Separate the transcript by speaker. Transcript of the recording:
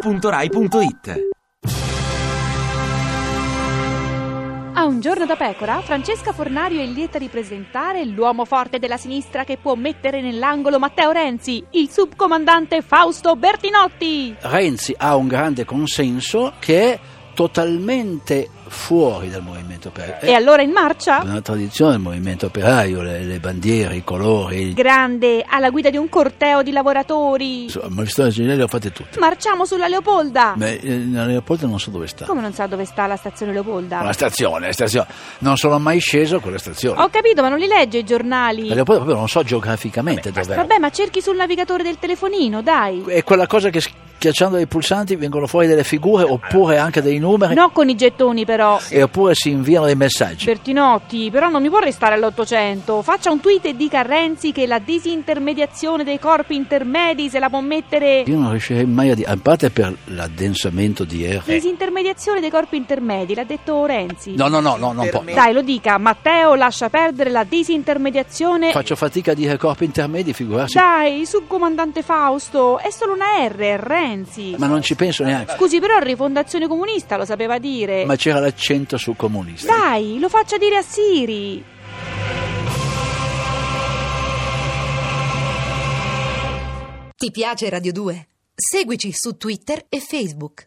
Speaker 1: radio2pod.rai.it
Speaker 2: A un giorno da pecora, Francesca Fornario è lieta di presentare l'uomo forte della sinistra che può mettere nell'angolo Matteo Renzi, il subcomandante Fausto Bertinotti.
Speaker 3: Renzi ha un grande consenso che è totalmente fuori dal movimento
Speaker 2: E
Speaker 3: operaio. È
Speaker 2: allora in marcia?
Speaker 3: una tradizione del movimento operaio, le, le bandiere, i colori.
Speaker 2: Grande, alla guida di un corteo di lavoratori.
Speaker 3: Insomma, Ma le storie generali le ho fatte tutte.
Speaker 2: Marciamo sulla Leopolda.
Speaker 3: Ma eh, l'aeroporto non so dove sta.
Speaker 2: Come non sa dove sta la stazione
Speaker 3: La
Speaker 2: Leopolda?
Speaker 3: stazione, la stazione. Non sono mai sceso a quella stazione.
Speaker 2: Ho capito, ma non li legge i giornali.
Speaker 3: L'aeroporto proprio non so geograficamente dov'è.
Speaker 2: Vabbè, ma cerchi sul navigatore del telefonino, dai.
Speaker 3: È quella cosa che schiacciando dei pulsanti vengono fuori delle figure oppure anche dei numeri.
Speaker 2: No con i gettoni però.
Speaker 3: E oppure si inviano dei messaggi.
Speaker 2: Certo. Bertinotti, però non mi può restare all'Ottocento. Faccia un tweet e dica a Renzi che la disintermediazione dei corpi intermedi se la può mettere.
Speaker 3: Io non riuscirei mai a dire, a parte per l'addensamento di R.
Speaker 2: Disintermediazione dei corpi intermedi, l'ha detto Renzi.
Speaker 3: Eh. No, no, no, no, non può.
Speaker 2: Dai, lo dica. Matteo lascia perdere la disintermediazione.
Speaker 3: Faccio fatica a dire corpi intermedi, figurarsi.
Speaker 2: Dai, subcomandante Fausto, è solo una R, Renzi.
Speaker 3: Ma non ci penso neanche.
Speaker 2: Scusi, però Rifondazione Comunista lo sapeva dire.
Speaker 3: Ma c'era l'accento sul comunista.
Speaker 2: Dai, lo faccia dire a Siri.
Speaker 4: Ti piace Radio 2? Seguici su Twitter e Facebook.